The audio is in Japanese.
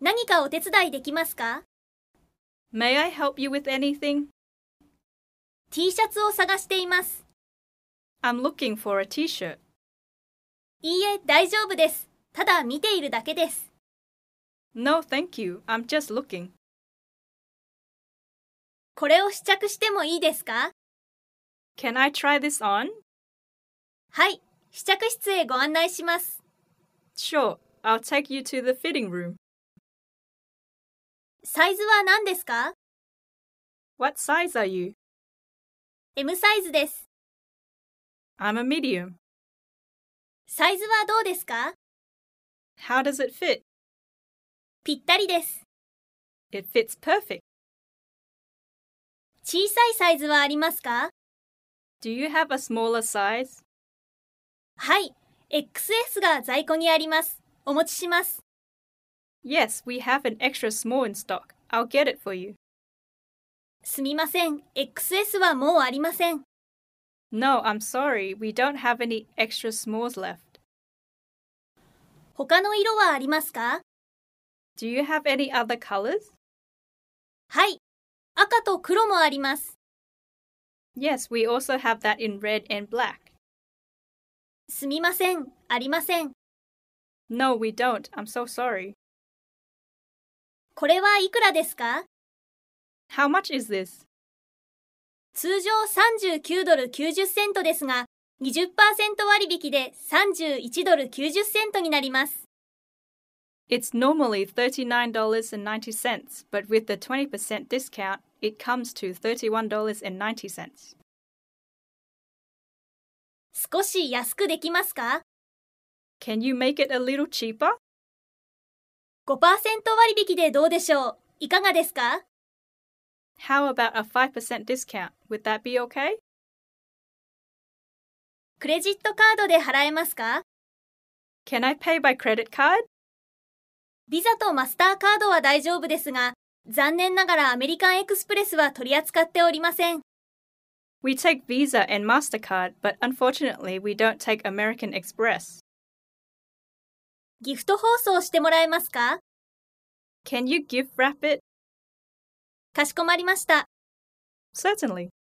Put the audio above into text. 何かお手伝いできますか May I help you with anything? ?T シャツを探しています。 I'm looking for a t shirt. いいえ、大丈夫です。ただ見ているだけです。 No, thank you. I'm just looking. これを試着してもいいですか Can I try this on? はい、試着室へご案内します。 Sure. I'll take you to the fitting room. サイズは何ですか What size are you? ?M サイズです。 I'm a medium. サイズはどうですか How does it fit? ぴったりです。 It fits perfect. 小さいサイズはありますか Do you have a smaller size? はい、XS が在庫にあります。お持ちします。 Yes, we have an extra small in stock. I'll get it for you. すみません、XS はもうありません。 No, I'm sorry. We don't have any extra smalls left. 他の色はありますか Do you have any other colors? はい、赤と黒もあります。 Yes, we also have that in red and black. すみません、ありません。 No, we don't. I'm so sorry. これはいくらですか How much is this? 通常39ドル90セントですが、20%割引で31ドル90セントになります。 It's normally $39.90, but with the 20% discount, it comes to $31.90. 少し安くできますか Can you make it a little cheaper? ?5% 割引でどうでしょういかがですか How about a 5% discount? Would that be okay? クレジットカードで払えますか Can I pay by credit card? ビザとマスターカードは大丈夫ですが、残念ながらアメリカンエクスプレスは取り扱っておりません。 We take Visa and MasterCard, but unfortunately, we don't take American Express. ギフト包装してもらえますか Can you gift wrap it? かしこまりました。 Certainly.